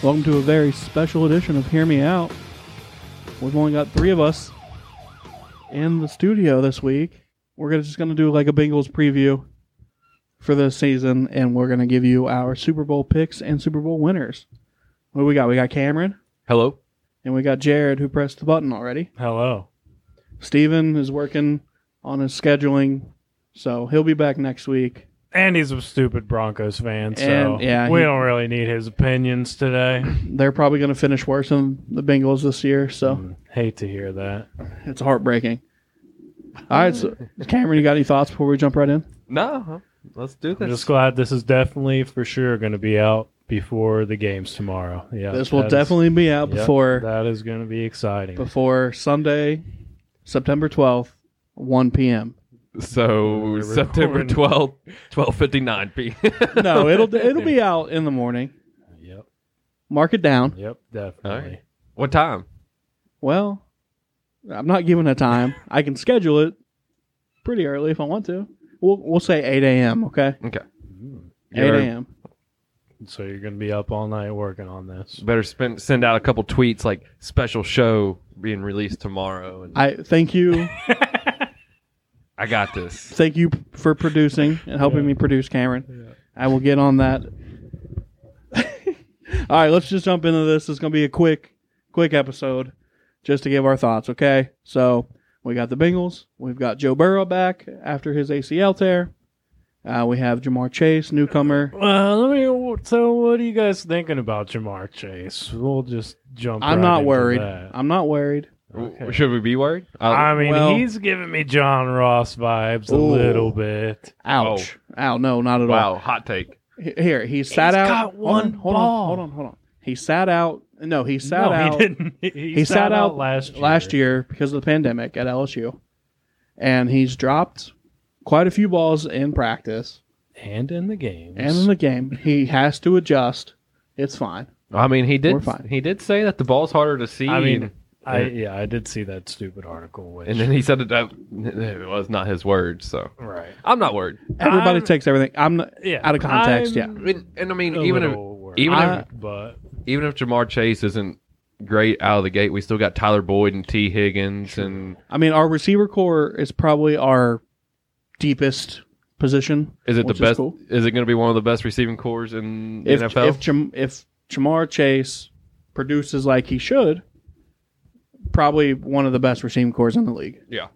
Welcome to a very special edition of Hear Me Out. We've only got three of us in the studio this week. We're gonna, just going to do like a Bengals preview for the season, and we're going to give you our Super Bowl picks and Super Bowl winners. What do we got? We got Cameron, Hello. and we got Jared, who pressed the button already. Hello. Steven is working on his scheduling, so he'll be back next week. And he's a stupid Broncos fan, so And, yeah, we he- don't really need his opinions today. They're probably going to finish worse than the Bengals this year, so Hate to hear that. it's heartbreaking. All right, so Cameron, you got any thoughts before we jump right in? No, let's do I'm this. just glad this is definitely for sure going to be out before the games tomorrow. Yeah, this will that is- definitely be out yep, before that is going to be exciting. before Sunday, September twelfth, one p.m. So We're September recording. 12th, 12:59 p.m. No, it'll it'll be out in the morning. Yep, Mark it down. yep, definitely. Alright. what time? Well, I'm not giving a time. I can schedule it pretty early if I want to. We'll we'll say eight a.m. Okay, Okay. Mm. eight You're- a.m. So you're going to be up all night working on this. Better spend, send out a couple tweets like special show being released tomorrow and I, I thank you, got this. thank you for producing and helping Yeah. me produce, Cameron. I will get on that. All right, let's just jump into this. It's going to be a quick, quick episode just to give our thoughts, okay? So we got the Bengals. We've got Joe Burrow back after his ACL tear. Uh, we have Jamar Chase, newcomer. Well, let me. So, what are you guys thinking about Jamar Chase? We'll just jump. I'm right not into worried. that. I'm not worried. W- Okay. Should we be worried? Uh, I'll- I mean, Well- he's giving me John Ross vibes a Ooh. little bit. Ouch. Oh. Ow, no, not at all. wow, hot take. H- Here, he sat out. got one hold on, hold ball. on, hold on, hold on. He sat out. No, he sat no, out. he didn't. He, he sat, out, last year. last year because of the pandemic at LSU, and he's dropped quite a few balls in practice and in the games. and in the game. He has to adjust. It's fine. I mean, he We're did fine. he did say that the ball's harder to see. I mean, and, I yeah, I did see that stupid article. Which, and then he said that, that it was not his words, so right? I'm not worried. Everybody I'm- takes everything. I'm not, Yeah, Out of context, I'm I mean, and I mean, a even if little worried, even if- but even if Jamar Chase isn't great out of the gate, we still got Tyler Boyd and T. Higgins and I mean, our receiver core is probably our deepest position. Is it which the best? Is, cool. it going to be one of the best receiving cores in the If NFL? if Jam, if Jamar Chase produces like he should, probably one of the best receiving cores in the league. yeah,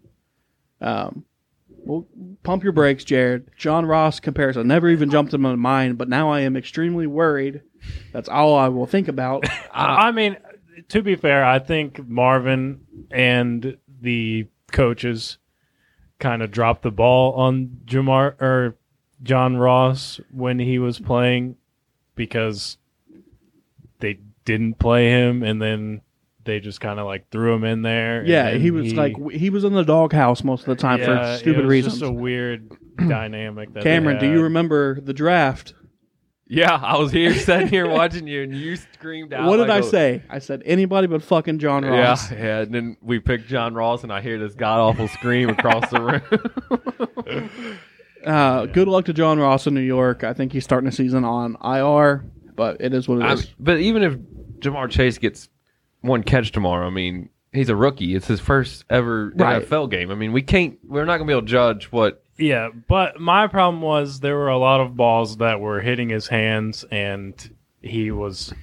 Um, well, pump your brakes, Jared. John Ross comparison never even jumped in my mind, but now I am extremely worried. That's all I will think about. I mean, to be fair, I think Marvin and the coaches kind of dropped the ball on Jamar or John Ross when he was playing because they didn't play him and then they just kind of like threw him in there. and yeah, then he was like he was in the doghouse most of the time Yeah, for stupid it was reasons. Just a weird dynamic. That they Cameron, do had. you remember the draft? yeah. I was here, sitting here watching you, and you screamed out. what did like I a- say? I said anybody but fucking John Yeah, Ross. yeah. And then we picked John Ross, and I hear this god awful scream across the room. Uh, Good luck to John Ross in New York. I think he's starting the season on IR, but it is what it is. I mean, but even if Jamar Chase gets one catch tomorrow, I mean, he's a rookie. It's his first ever Right. NFL game. I mean, we can't. We're not going to be able to judge what. Yeah, but my problem was there were a lot of balls that were hitting his hands, and he was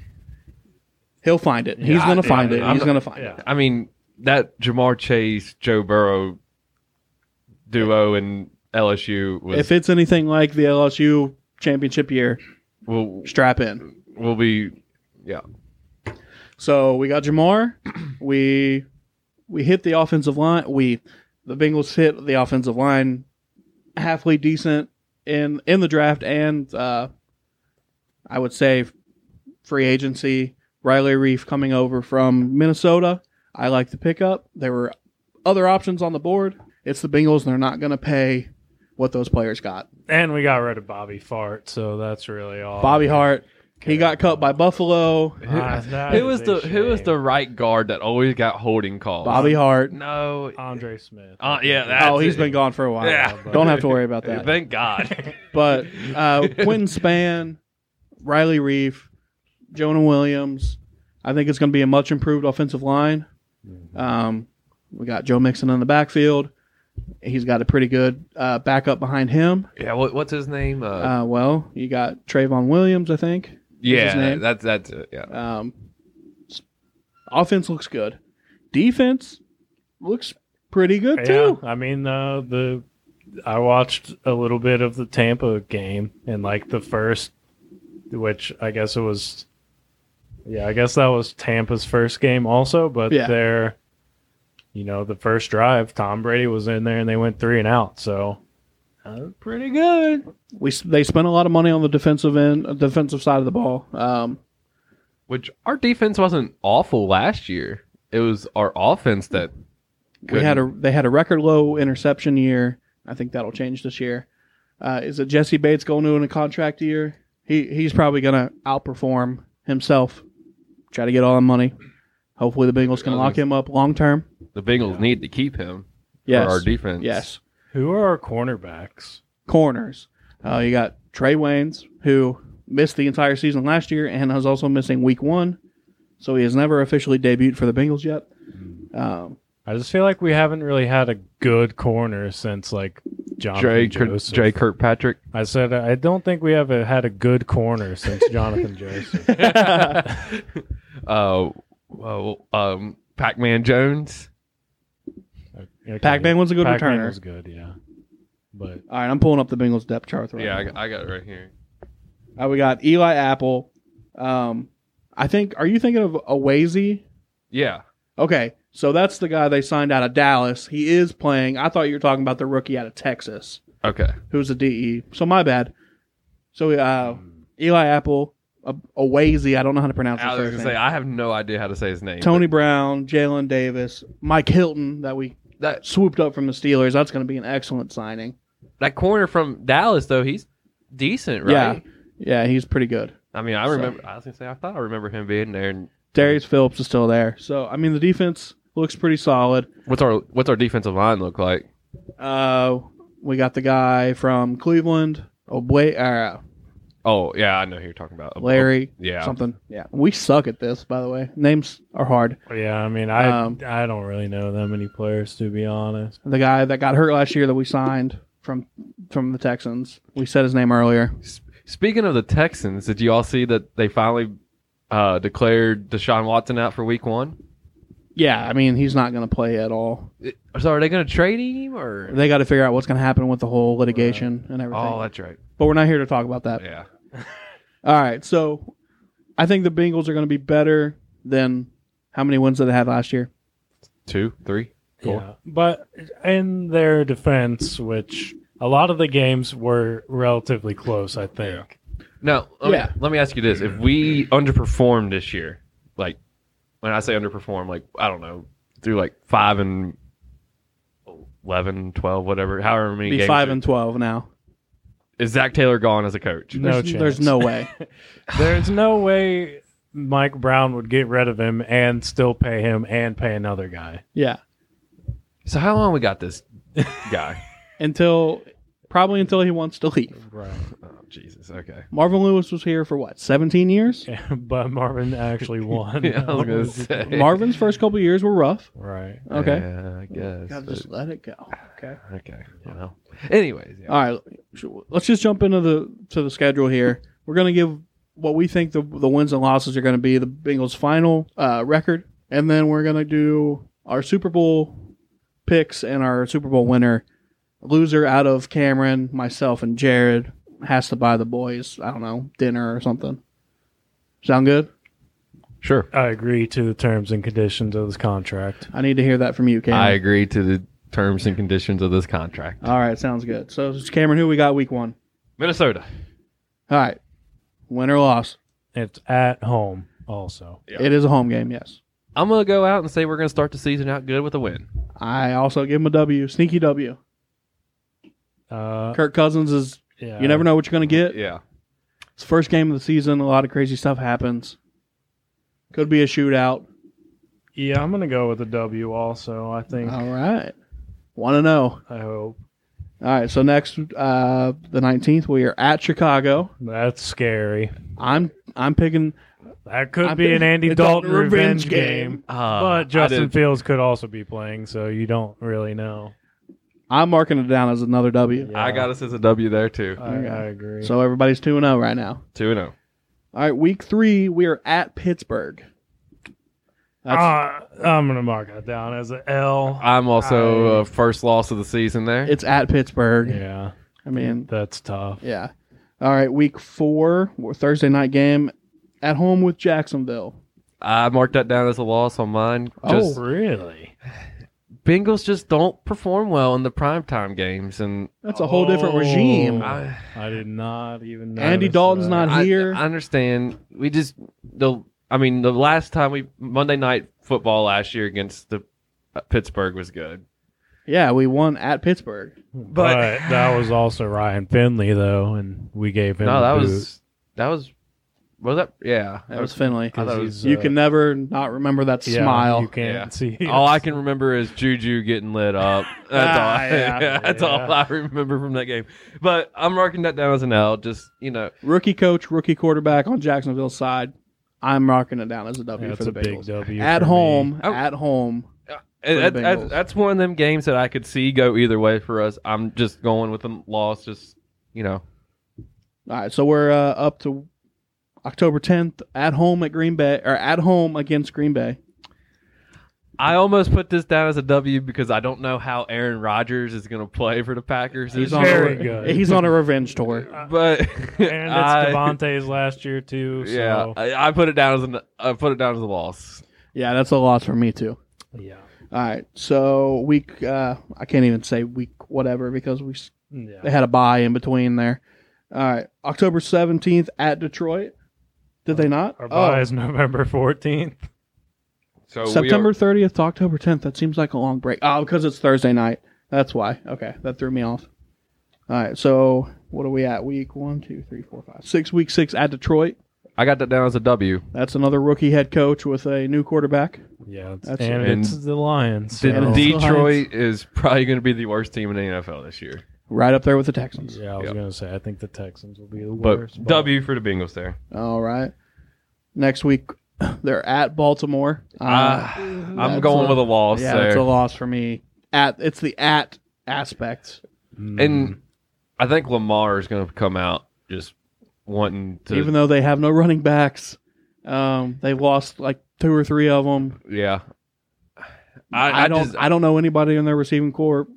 He'll find it. He's Yeah, gonna I- find it. I'm He's not- gonna find yeah. it. I mean, that Jamar Chase Joe Burrow duo in LSU was If it's anything like the LSU championship year, will strap in. will be yeah. So we got Jamar. We we hit the offensive line. We the Bengals hit the offensive line halfway decent in in the draft and uh, I would say free agency. Riley Reef coming over from Minnesota. I like the pickup. There were other options on the board. It's the Bengals, and they're not going to pay what those players got. And we got rid of Bobby Fart, so that's really all. Bobby Hart, he got cut by Buffalo. Ah, that Who was is the a Who was shame. the right guard that always got holding calls? Bobby Hart. No. Andre Smith. Uh, yeah. That's Oh, he's it. been gone for a while. Yeah. Don't have to worry about that. Thank God. But uh, Quentin Span, Riley Reef, Jonah Williams. I think it's going to be a much improved offensive line. Um, we got Joe Mixon in the backfield. He's got a pretty good uh, backup behind him. yeah. What, what's his name? Uh, Uh, well, you got Trayvon Williams, I think. his yeah. name? That's that's it. Yeah. Um, s- offense looks good. Defense looks pretty good Yeah, too. I mean uh, the I watched a little bit of the Tampa game and like the first, which I guess it was. Yeah, I guess that was Tampa's first game also, but Yeah. their, you know, the first drive, Tom Brady was in there and they went three and out. So, uh, pretty good. We s- they spent a lot of money on the defensive end, uh, defensive side of the ball. Um, Which our defense wasn't awful last year. It was our offense that we had couldn't- a they had a record low interception year. I think that'll change this year. Uh, is it Jesse Bates going to in a contract year? He he's probably gonna outperform himself. Try to get all the money. Hopefully the Bengals can lock him up long term. the Bengals need to keep him Yes. for our defense. Yes. Who are our cornerbacks? Corners. Uh, you got Trey Waynes, who missed the entire season last year and is also missing week one. So he has never officially debuted for the Bengals yet. Mm-hmm. Um, I just feel like we haven't really had a good corner since like Jonathan Jay Kir- Joseph. Jay Kirkpatrick. I said I don't think we have a, had a good corner since Jonathan Joseph. Uh, well, um, Pac-Man Jones. Okay. Pac-Man was a good Pac-Man returner. was good, yeah. But all right, I'm pulling up the Bengals depth chart right Yeah, now. I, got- I got it right here. Uh, we got Eli Apple. Um, I think. Are you thinking of Awazi? Yeah, Okay, so that's the guy they signed out of Dallas. He is playing. I thought you were talking about the rookie out of Texas, okay. who's a DE. So my bad. So uh, um, Eli Apple, A- Awazi. I don't know how to pronounce his I was gonna first say name. I have no idea how to say his name. Tony Brown, Jalen Davis, Mike Hilton that we but that swooped up from the Steelers. That's going to be an excellent signing. that corner from Dallas though, he's decent, right? Yeah, yeah, he's pretty good. I mean, I remember. I was gonna say I thought I remember him being there. And Darius Phillips is still there. So I mean, the defense looks pretty solid. what's our what's our defensive line look like? Uh, we got the guy from Cleveland, Obwe, uh, Oh yeah, I know who you're talking about. Larry, Yeah. something. Yeah, we suck at this, by the way. Names are hard. yeah, I mean, I Um, I don't really know that many players to be honest. The guy that got hurt last year that we signed from from the Texans. We said his name earlier. Speaking of the Texans, did you all see that they finally uh, declared Deshaun Watson out for Week One? Yeah, I mean he's not going to play at all. It- So are they gonna trade him or? They got to figure out what's going to happen with the whole litigation and everything. Oh, that's right. but we're not here to talk about that. Yeah. All right, so I think the Bengals are going to be better than how many wins did they have last year? Two, three. Cool. Yeah, but in their defense, which a lot of the games were relatively close, I think. Now, let, Yeah. me, let me ask you this: If we underperform this year, like when I say underperform, like I don't know, through like five and 11, 12, whatever, however many Be games, five and twelve now. is Zach Taylor gone as a coach? No There's, chance. there's no way. There's no way Mike Brown would get rid of him and still pay him and pay another guy. Yeah. So how long we got this guy? Until probably until he wants to leave. Right. oh Jesus, okay. Marvin Lewis was here for what, seventeen years? but Marvin actually won. Yeah, I was gonna say Marvin's first couple years were rough. Right. Okay. Yeah, I guess. Gotta just let it go. Okay. but- okay. Well, anyways, yeah. All right. sh- Let's just jump into the to the schedule here. We're gonna give what we think the the wins and losses are gonna be, the Bengals' final uh, record, and then we're gonna do our Super Bowl picks and our Super Bowl winner. Loser out of Cameron, myself, and Jared has to buy the boys. I don't know dinner or something. Sound good? sure. I agree to the terms and conditions of this contract. I need to hear that from you, Cameron. I agree to the terms and conditions of this contract. All right, sounds good. So, Cameron, who we got week one? Minnesota. All right, win or loss. It's at home. also. Yeah. It is a home game, yes. I'm gonna go out and say we're gonna start the season out good with a win. I also give him a W, sneaky W. Uh, Kirk Cousins is yeah. you never know what you're gonna get. Yeah, It's first game of the season, a lot of crazy stuff happens. Could be a shootout. Yeah, I'm gonna go with a W. Also, I think. All right. Wanna know. I hope All right, so next uh the nineteenth we are at Chicago. that's scary. I'm I'm picking That could I'm be an thinking Andy it's Dalton a revenge revenge game. game. uh, I but Justin did- Fields could also be playing, so you don't really know. I'm marking it down as another W. I got us as a W there too. Uh, I, I agree. So everybody's two and zero right now. Two and oh. zero. All right, week three we are at Pittsburgh. That's, Uh, I'm gonna mark that down as a L. I'm also I- uh, first loss of the season there. it's at Pittsburgh. Yeah, I mean, that's tough. Yeah. All right, week four, Thursday night game at home with Jacksonville. I marked that down as a loss on mine. Oh. Just Really? Bengals just don't perform well in the primetime games, and That's a whole different Oh. regime. I I, I did not even. know. Andy Dalton's Mm. not I, here. I understand. We just the. I mean, the last time we Monday night football last year against the uh, Pittsburgh was good. yeah, we won at Pittsburgh. but, that was also Ryan Finley though, and we gave him. No, the that boot was that was was that yeah. That was Finley. 'cause I thought it he's, You uh, can never not remember that yeah, smile. You can't Yeah. see. All I can remember is Juju getting lit up. That's all. Ah, yeah. that's all I remember from that game. But I'm marking that down as an L. Just you know, Rookie coach, rookie quarterback on Jacksonville's side. I'm marking it down as a W Yeah, for That's the a big Bengals. W At for me. home, Oh. at home. the that, that, Bengals. that's one of them games that I could see go either way for us. I'm just going with a loss. Just you know, All right, so we're uh, up to October 10th at home at Green Bay or at home against Green Bay. I almost put this down as a W because I don't know how Aaron Rodgers is going to play for the Packers. He's this on year, very a, good. He's on a revenge tour. but And it's I- Devontae's last year too. So. Yeah, I, I put it down as an I put it down as a loss. Yeah, that's a loss for me too. Yeah. All right, so week uh, I can't even say week whatever because we s- they Yeah. had a bye in between there. All right, October seventeenth at Detroit. Did they not? Our bye is November 14th. So we are- Oh, September thirtieth to October tenth. That seems like a long break. Oh, because it's Thursday night. That's why. Okay, that threw me off. All right, so what are we at? Week one, two, three, four, five, six. Week six at Detroit. I got that down as a W. That's another rookie head coach with a new quarterback. Yeah, it's, That's- and And- it's the Lions. And so- it's the Detroit is probably going to be the worst team in the NFL this year. Right up there with the Texans. Yeah, I was Yep. gonna say I think the Texans will be the But worst. W for the Bengals there. All right. Next week, they're at Baltimore. Uh, Ah, I'm that's going a- with a loss yeah, there. it's a loss for me. At it's the at aspect. Mm. And I think Lamar is going to come out just wanting to. Even though they have no running backs, um, they've lost like two or three of them. yeah. I, I, I, don't. Just, I don't know anybody in their receiving corps.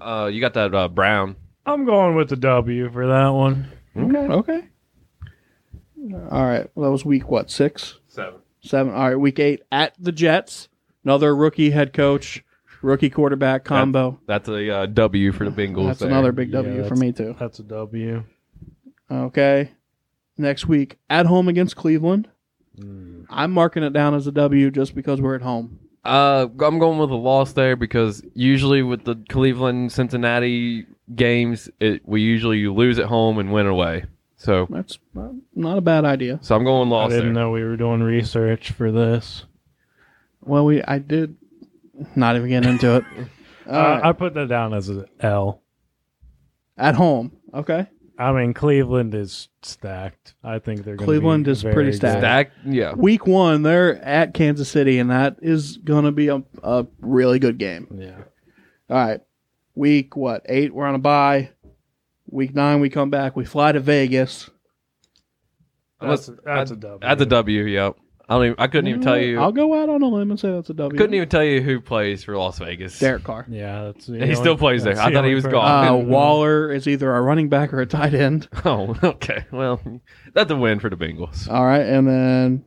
uh, you got that uh, Brown. I'm going with the W for that one. Okay. Okay. All right. Well, that was week what six, Seven. seven. All right, week eight at the Jets. Another rookie head coach, rookie quarterback combo. That's a uh, W for the Bengals. That's there. another big Yeah, W for that's- me too. That's a W. Okay. Next week at home against Cleveland. Mm. I'm marking it down as a W just because we're at home. Uh, I'm going with a loss there because usually with the Cleveland Cincinnati games, it we usually lose at home and win away. So, That's not- not a bad idea. so I'm going I loss didn't there. know we were doing research for this. Well, we I did not even get into it. All Uh, right. I put that down as an L. at home, okay. I mean, Cleveland is stacked. I think they're gonna Cleveland be is very pretty good. stacked. Stack, yeah. Week one, they're at Kansas City, and that is gonna be a, a really good game. Yeah, All right. Week what eight? We're on a bye. Week nine, we come back. We fly to Vegas. that's, that's a W. That's a W. Yep. I don't. Even, I couldn't even tell you. Mm, I'll go out on a limb and say that's a W. couldn't even tell you who plays for Las Vegas. Derek Carr. Yeah, that's the He still plays there. that's I the thought he only was per- gone. Uh, Waller is either a running back or a tight end. Oh, okay. Well, that's a win for the Bengals. All right, and then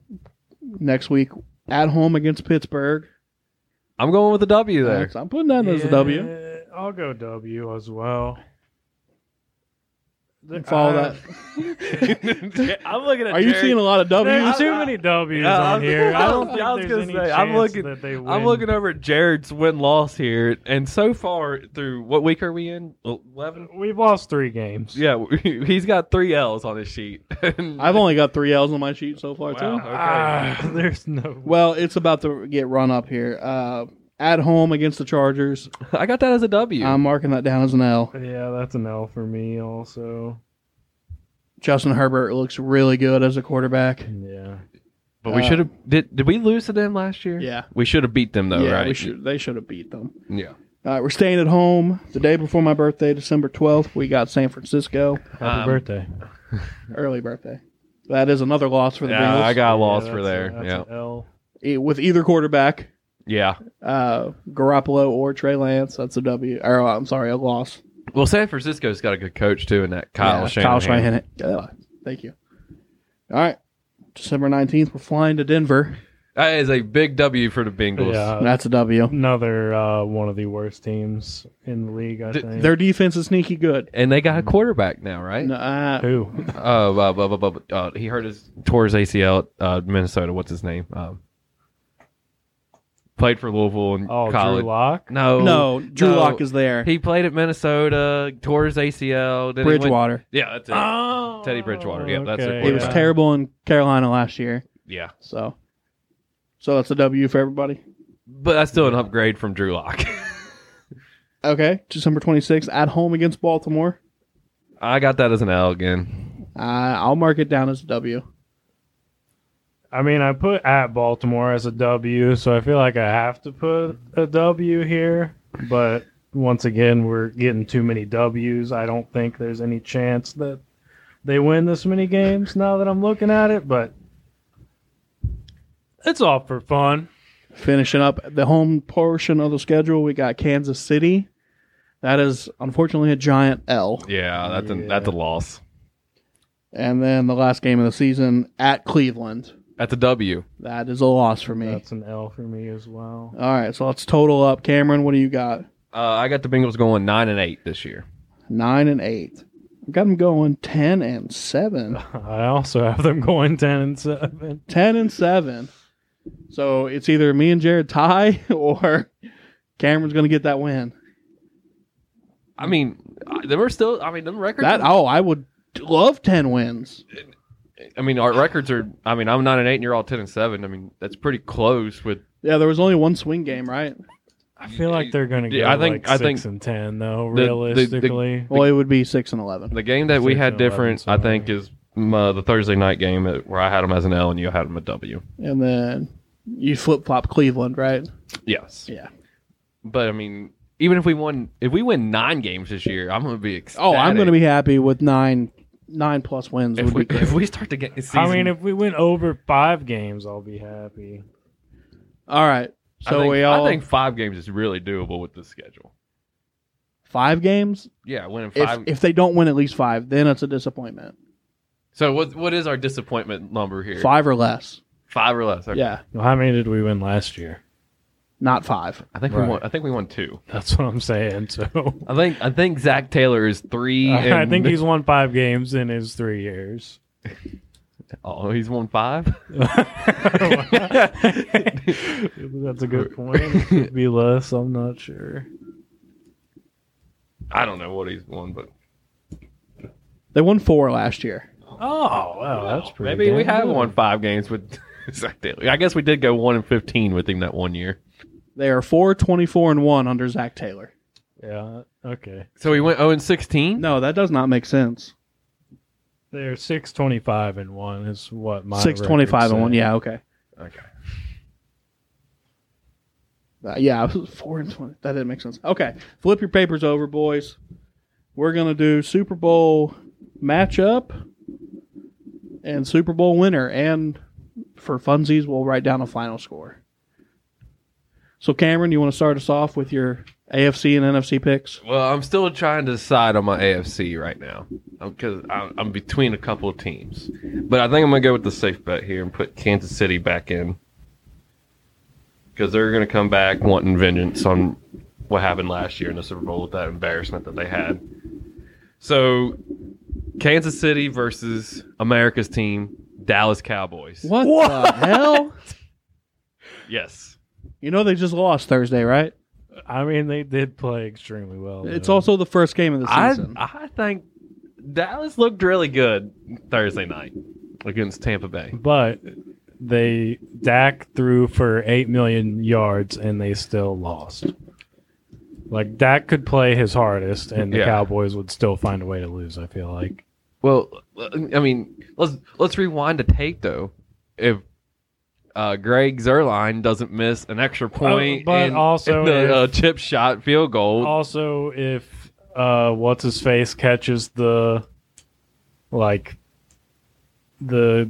next week at home against Pittsburgh. I'm going with a W there. That's- I'm putting that as a W. Yeah, I'll go W as well. There- Follow uh, that. I'm looking at. Are you seeing a lot of There's W's? too many W's Yeah, I on was- here. I don't I think was there's gonna any say, chance I'm looking- that they win. I'm looking over at Jared's win loss here, and so far through what week are we in? Eleven. We've lost three games. Yeah, he's got three L's on his sheet. I've only got three L's on my sheet so far Wow. too. Okay. Ah, there's no. Well, it's about to get run up here. Uh, at home against the Chargers, I got that as a W. I'm marking that down as an L. Yeah, that's an L for me also. Justin Herbert looks really good as a quarterback. Yeah. but we uh, should have did. Did we lose to them last year? Yeah. we should have beat them though, yeah, right? we should, they should have beat them. Yeah. All right, we're staying at home. The day before my birthday, December 12th, we got San Francisco. Happy Um, birthday. Early birthday. That is another loss for the Yeah, I Bengals got Yeah, lost that's for a- there. that's yeah, an L. E- with either quarterback, yeah. uh, Garoppolo or Trey Lance. That's a W. Or, uh, I'm sorry, a loss. Well, San Francisco's got a good coach too, and that Kyle Yeah, Shanahan. Kyle Shanahan. Yeah, thank you. All right. December 19th, we're flying to Denver. That is a big W for the Bengals. Yeah. That's a W. Another uh, one of the worst teams in the league, I Th- think. Their defense is sneaky good. And they got a quarterback now, right? Mm. No, uh, Who? Oh, uh, blah, blah, blah, blah. Uh, he hurt his tore his ACL at uh, Minnesota. What's his name? Um, played for Louisville in Oh, college. Drew Lock. No, no, Drew no. Lock is there. He played at Minnesota, tore his ACL. Then he went- Bridgewater. Ah. yeah, that's it. Oh, Teddy Bridgewater. Yeah, that's their okay. He was Yeah. terrible in Carolina last year. yeah, So, so that's a W for everybody. but that's still an upgrade from Drew Lock. Okay, December 26th at home against Baltimore. I got that as an L again. Uh, I'll mark it down as a W. I mean, I put at Baltimore as a W, so I feel like I have to put a W here. But once again, we're getting too many W's. I don't think there's any chance that they win this many games now that I'm looking at it, but it's all for fun. Finishing up the home portion of the schedule, we got Kansas City. That is unfortunately a giant L. Yeah, that's an Yeah. that's a loss. And then the last game of the season at Cleveland. That's a W. That is a loss for me. That's an L for me as well. All right, so let's total up. Cameron, what do you got? Uh, I got the Bengals going nine and eight this year. Nine and eight. I've got them going ten and seven. I also have them going 10 and 7. ten and seven. So it's either me and Jared tie or Cameron's going to get that win. I mean, I- them are still. I mean, them records. That oh, I would love ten wins. I mean, our records are. I mean, I'm nine and eight, and you're all ten and seven. I mean, that's pretty close. With Yeah, there was only one swing game, right? I feel like they're going to get Yeah, I think- like 6 I think and 10, though, the- the- the- realistically. Well, it would be six and eleven. the game that we Six had and eleven, different, I sorry. think, is um, uh, the Thursday night game uh, where I had them as an L and you had them a W. And then you flip flop Cleveland, right? Yes, Yeah. but I mean, even if we won, if we win nine games this year, I'm going to be ecstatic. Oh, I'm going to be happy with nine nine plus wins. If Would we be great. if we start to get, season, I mean, if we went over five games, I'll be happy. all right. I So think- we all I think five games is really doable with this schedule. five games. Yeah, winning If five. if they don't win at least five, then it's a disappointment. so what what is our disappointment number here? Five or less. Five or less. Okay. Yeah, Well, how many did we win last year? not five. I think we Right. won. I think we won two. That's what I'm saying. So I think I think Zach Taylor is three. and, I think he's won five games in his three years. Oh, he's won five. That's a good point. Could be less. I'm not sure. I don't know what he's won, but They won four last year. Oh wow, that's pretty. maybe we damn have good. won five games with Zach Taylor. I guess we did go one and fifteen with him that one year. They are 4 24 and 1 under Zach Taylor. Yeah. Okay. So we went zero and sixteen. No, that does not make sense. They're six twenty-five and one is what my Six twenty-five and 1. Yeah, okay. Okay. Uh, yeah, it was 4 and 20. That didn't make sense. Okay. Flip your papers over, boys. We're going to do Super Bowl matchup and Super Bowl winner. And for funsies, we'll write down a final score. So, Cameron, you want to start us off with your AFC and NFC picks? Well, I'm still trying to decide on my AFC right now because I'm, I'm between a couple of teams, but I think I'm gonna go with the safe bet here and put Kansas City back in because they're gonna come back wanting vengeance on what happened last year in the Super Bowl with that embarrassment that they had. So Kansas City versus America's team, Dallas Cowboys. What, What? the hell? Yes. You know they just lost Thursday, right? I mean, they did play extremely well. It's though. also the first game of the I season. I think Dallas looked really good Thursday night against Tampa Bay. but they Dak threw for eight million yards and they still lost. Like Dak could play his hardest, and the Yeah. Cowboys would still find a way to lose. I feel like Well, uh, I mean, let's let's rewind the tape though. If uh, Greg Zerline doesn't miss an extra point, Oh, but in- also in the if- uh, chip shot field goal, also if uh, what's his face catches the like the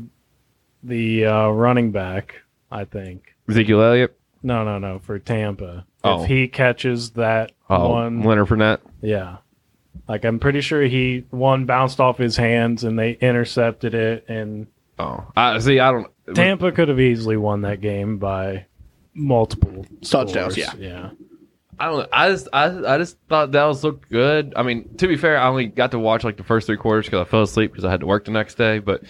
the uh, running back, I think. Ezekiel Elliott, No, no, no. For Tampa, Oh. if he catches that oh, one Leonard Fournette. Yeah. Like I'm pretty sure he one bounced off his hands and they intercepted it and Oh, I see. I don't. Tampa could have easily won that game by multiple Touchdowns, scores. Yeah. I don't. I just. I, I just thought Dallas looked good. I mean, to be fair, I only got to watch like the first three quarters because I fell asleep because I had to work the next day. But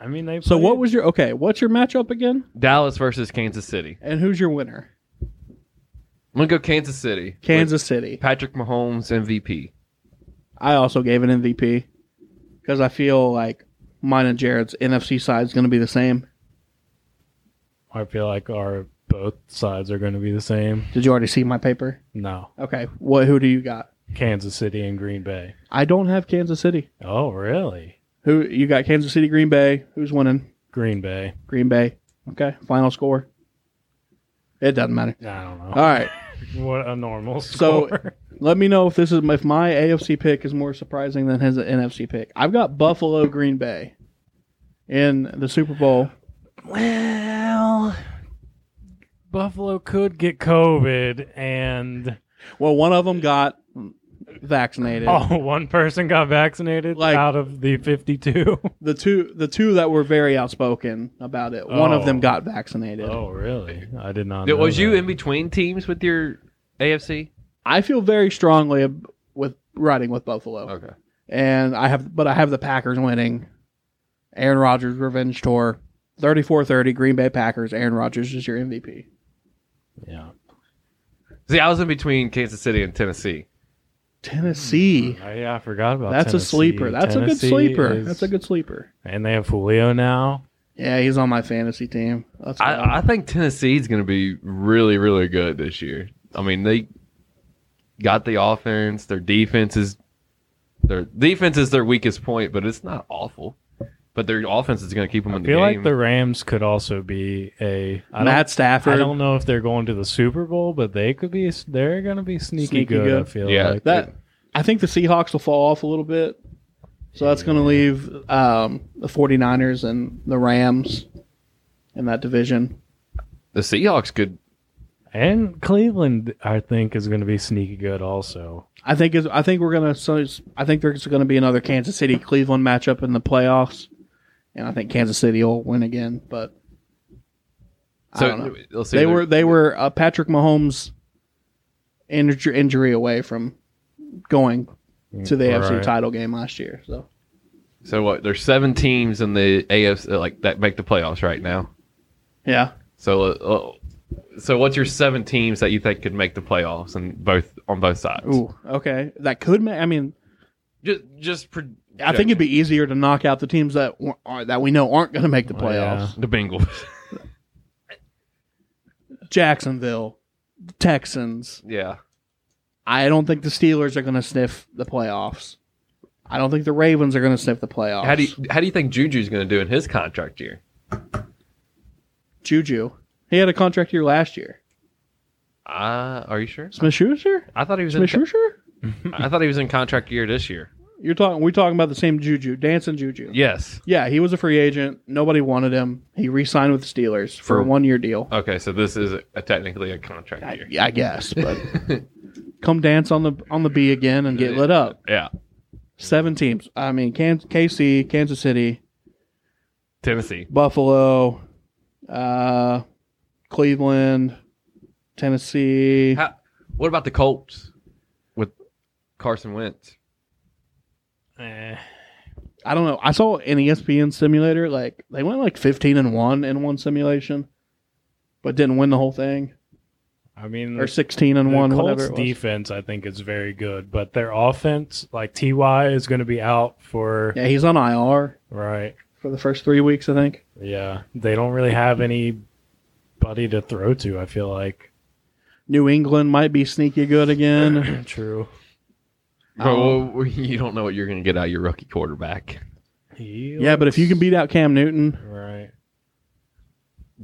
I mean they so played- what was your okay? What's your matchup again? Dallas versus Kansas City. And who's your winner? I'm gonna go Kansas City. Kansas City. With Patrick Mahomes MVP. I also gave an MVP because I feel like mine and Jared's NFC side is going to be the same. I feel like our both sides are gonna be the same. Did you already see my paper? No. Okay. What? Who do you got? Kansas City and Green Bay. I don't have Kansas City. Oh really? Who you got? Kansas City, Green Bay. Who's winning? Green Bay. Green Bay. Okay. Final score. It doesn't matter. I don't know. All right. what a normal So- score. Let me know if this is if my AFC pick is more surprising than his NFC pick. I've got Buffalo, Green Bay in the Super Bowl. well Buffalo could get COVID and Well, one of them got vaccinated. Oh, one person got vaccinated Like- out of the 52. The two the two that were very outspoken about it. One of Oh. them got vaccinated. oh, really? I did not. know was you that. in between teams with your AFC? I feel very strongly ab- with riding with Buffalo. Okay. and I have but I have the Packers winning. Aaron Rodgers revenge tour. 34-30 Green Bay Packers. Aaron Rodgers is your MVP. Yeah. See, I was in between Kansas City and Tennessee. Tennessee. I, yeah, I forgot about That's a Oh, Tennessee. sleeper. That's Tennessee a good sleeper. is- That's a good sleeper. And they have Julio now. Yeah, he's on my fantasy team. That's I, I think Tennessee's going to be really, really good this year. I mean, they got the offense. Their defense is their defense is their weakest point, but it's not awful. But their offense is going to keep them in I the feel game. like the Rams could also be a. I don't, Matt Stafford. I don't know if they're going to the Super Bowl, but they could be. They're going to be sneaky, Sneaky good, good. I feel Yeah. like that I think the Seahawks will fall off a little bit. So that's going to leave um, the 49ers and the Rams in that division. the Seahawks could. And Cleveland, I think, is going to be sneaky good also. I think is I think we're gonna so I think there's gonna be another Kansas City Cleveland matchup in the playoffs, and I think Kansas City will win again. But So I don't know. let's see, They they're- were they were uh, Patrick Mahomes injury, injury away from going to the AFC Right. title game last year. So So what? There's seven teams in the AFC uh, like that make the playoffs right now. yeah, So, uh, uh, so what's your seven teams that you think could make the playoffs and both on both sides? ooh, okay, that could ma- I mean Just, just pro- I think it'd be easier to knock out the teams that wa- are, that we know aren't going to make the Oh, yeah. playoffs. the Bengals. Jacksonville, Texans. yeah, I don't think the Steelers are going to sniff the playoffs. I don't think the Ravens are going to sniff the playoffs. how do you how do you think Juju's going to do in his contract year? Juju? He had a contract year last year. Uh, are you sure? Smith Schuster? I thought he was in. Smith Schuster? I thought he was in contract year this year. You're talking. We're talking about the same Juju, dancing Juju. Yes. Yeah, he was a free agent. Nobody wanted him. He re-signed with the Steelers for For- a one-year deal. Okay, so this is a, technically a contract year. I guess, but come dance on the on the B again and get lit up. Yeah, Seven teams. I mean, Can- KC, Kansas City, Tennessee. Buffalo, uh, Cleveland, Tennessee. How, what about the Colts with Carson Wentz? Eh, I don't know. I saw an E ESPN simulator like they went like 15 and 1 in one simulation but didn't win the whole thing I mean, or 16 and the 1 Colts whatever it was. defense I think is very good, but their offense, like Ty, is going to be out for Yeah, he's on IR right. for the first 3 weeks I think. Yeah, they don't really have anybody to throw to. I feel like New England might be sneaky good again. true. Bro, Oh. well, you don't know what you're going to get out of your rookie quarterback. He yeah, but if you can beat out Cam Newton, right,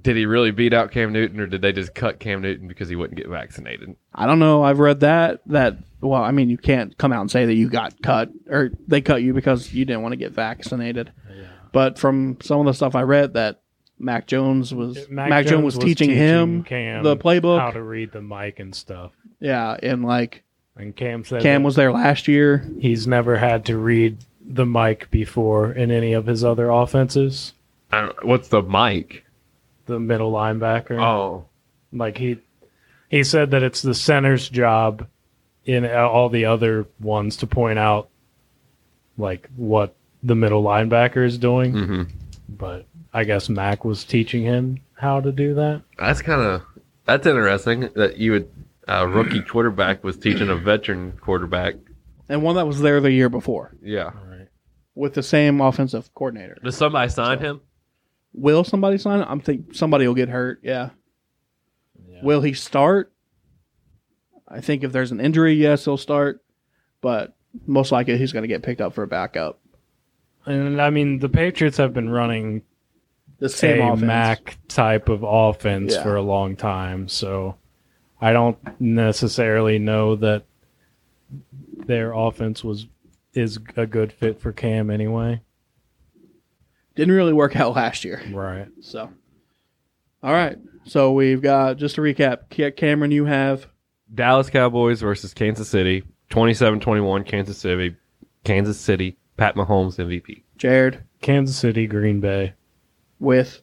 Did he really beat out Cam Newton, or did they just cut Cam Newton because he wouldn't get vaccinated? I don't know. I've read that that well, I mean, you can't come out and say that you got cut or they cut you because you didn't want to get vaccinated. yeah. But from some of the stuff I read, that Mac Jones was Mac, Jones, was, teaching, him Cam the playbook. how to read the mic and stuff. yeah, and like And Cam said Cam that was there last year. he's never had to read the mic before in any of his other offenses. I don't, what's the mic? The middle linebacker. Oh, Like he he said that it's the center's job in all the other ones to point out like what the middle linebacker is doing, Mm. hmm but I guess Mac was teaching him how to do that. that's kind of that's interesting that you would a rookie quarterback was teaching a veteran quarterback. And one that was there the year before Yeah, All right. with the same offensive coordinator. does somebody sign him? Will somebody sign? I'm think somebody will get hurt. Yeah. Yeah. Will he start? I think if there's an injury, yes, he'll start. But most likely, he's going to get picked up for a backup. And I mean, the Patriots have been running The same a offense. Mac type of offense Yeah. for a long time, so I don't necessarily know that their offense was is a good fit for Cam anyway. didn't really work out last year. Right. So, all right. So we've got just to recap, Ca- Cameron, you have Dallas Cowboys versus Kansas City, 27-21 Kansas City, Kansas City. Pat Mahomes MVP. Jared Kansas City, Green Bay, with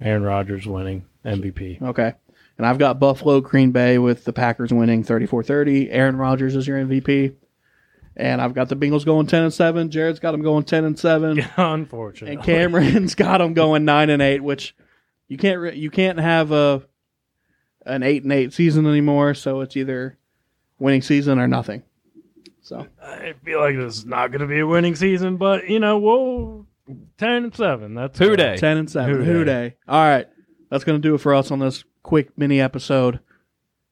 Aaron Rodgers winning MVP. okay, and I've got Buffalo, Green Bay with the Packers winning 34-30. Aaron Rodgers is your MVP, and I've got the Bengals going 10 and seven. Jared's got them going 10 and seven, Unfortunately, and Cameron's got them going nine and eight. Which you can't re- you can't have a an eight and eight season anymore. So it's either winning season or nothing. So I feel like this is not going to be a winning season, but you know, whoa, ten and seven. That's Who good. day? 10 and 7. Who Who day. day? All right. That's going to do it for us on this quick mini episode.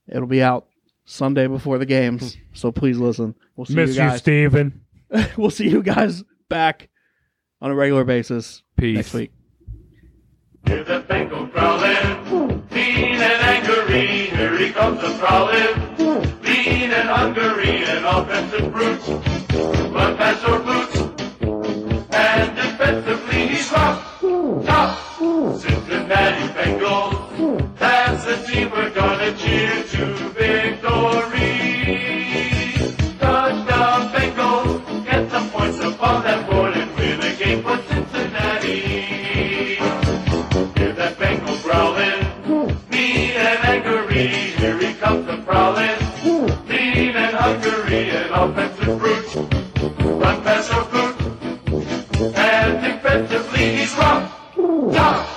It'll be out Sunday before the games. so please listen. We'll see Miss you you, guys. Steven. we'll see you guys back on a regular basis Peace. next week. Hear the Bengal growling, lean and angry. Here he comes a prowling, lean and hungry, an offensive brute. But that's our boots, and defensively he's rough, top. Cincinnati Bengals, that's the team we're gonna cheer to victory. Touchdown Bengals, get some points upon that board and win a game for Cincinnati. Hear that Bengal growling, mean and angry. Here he comes the prowling, mean and hungry, an offensive brute. Run past your boot, and defensively he's rough, tough.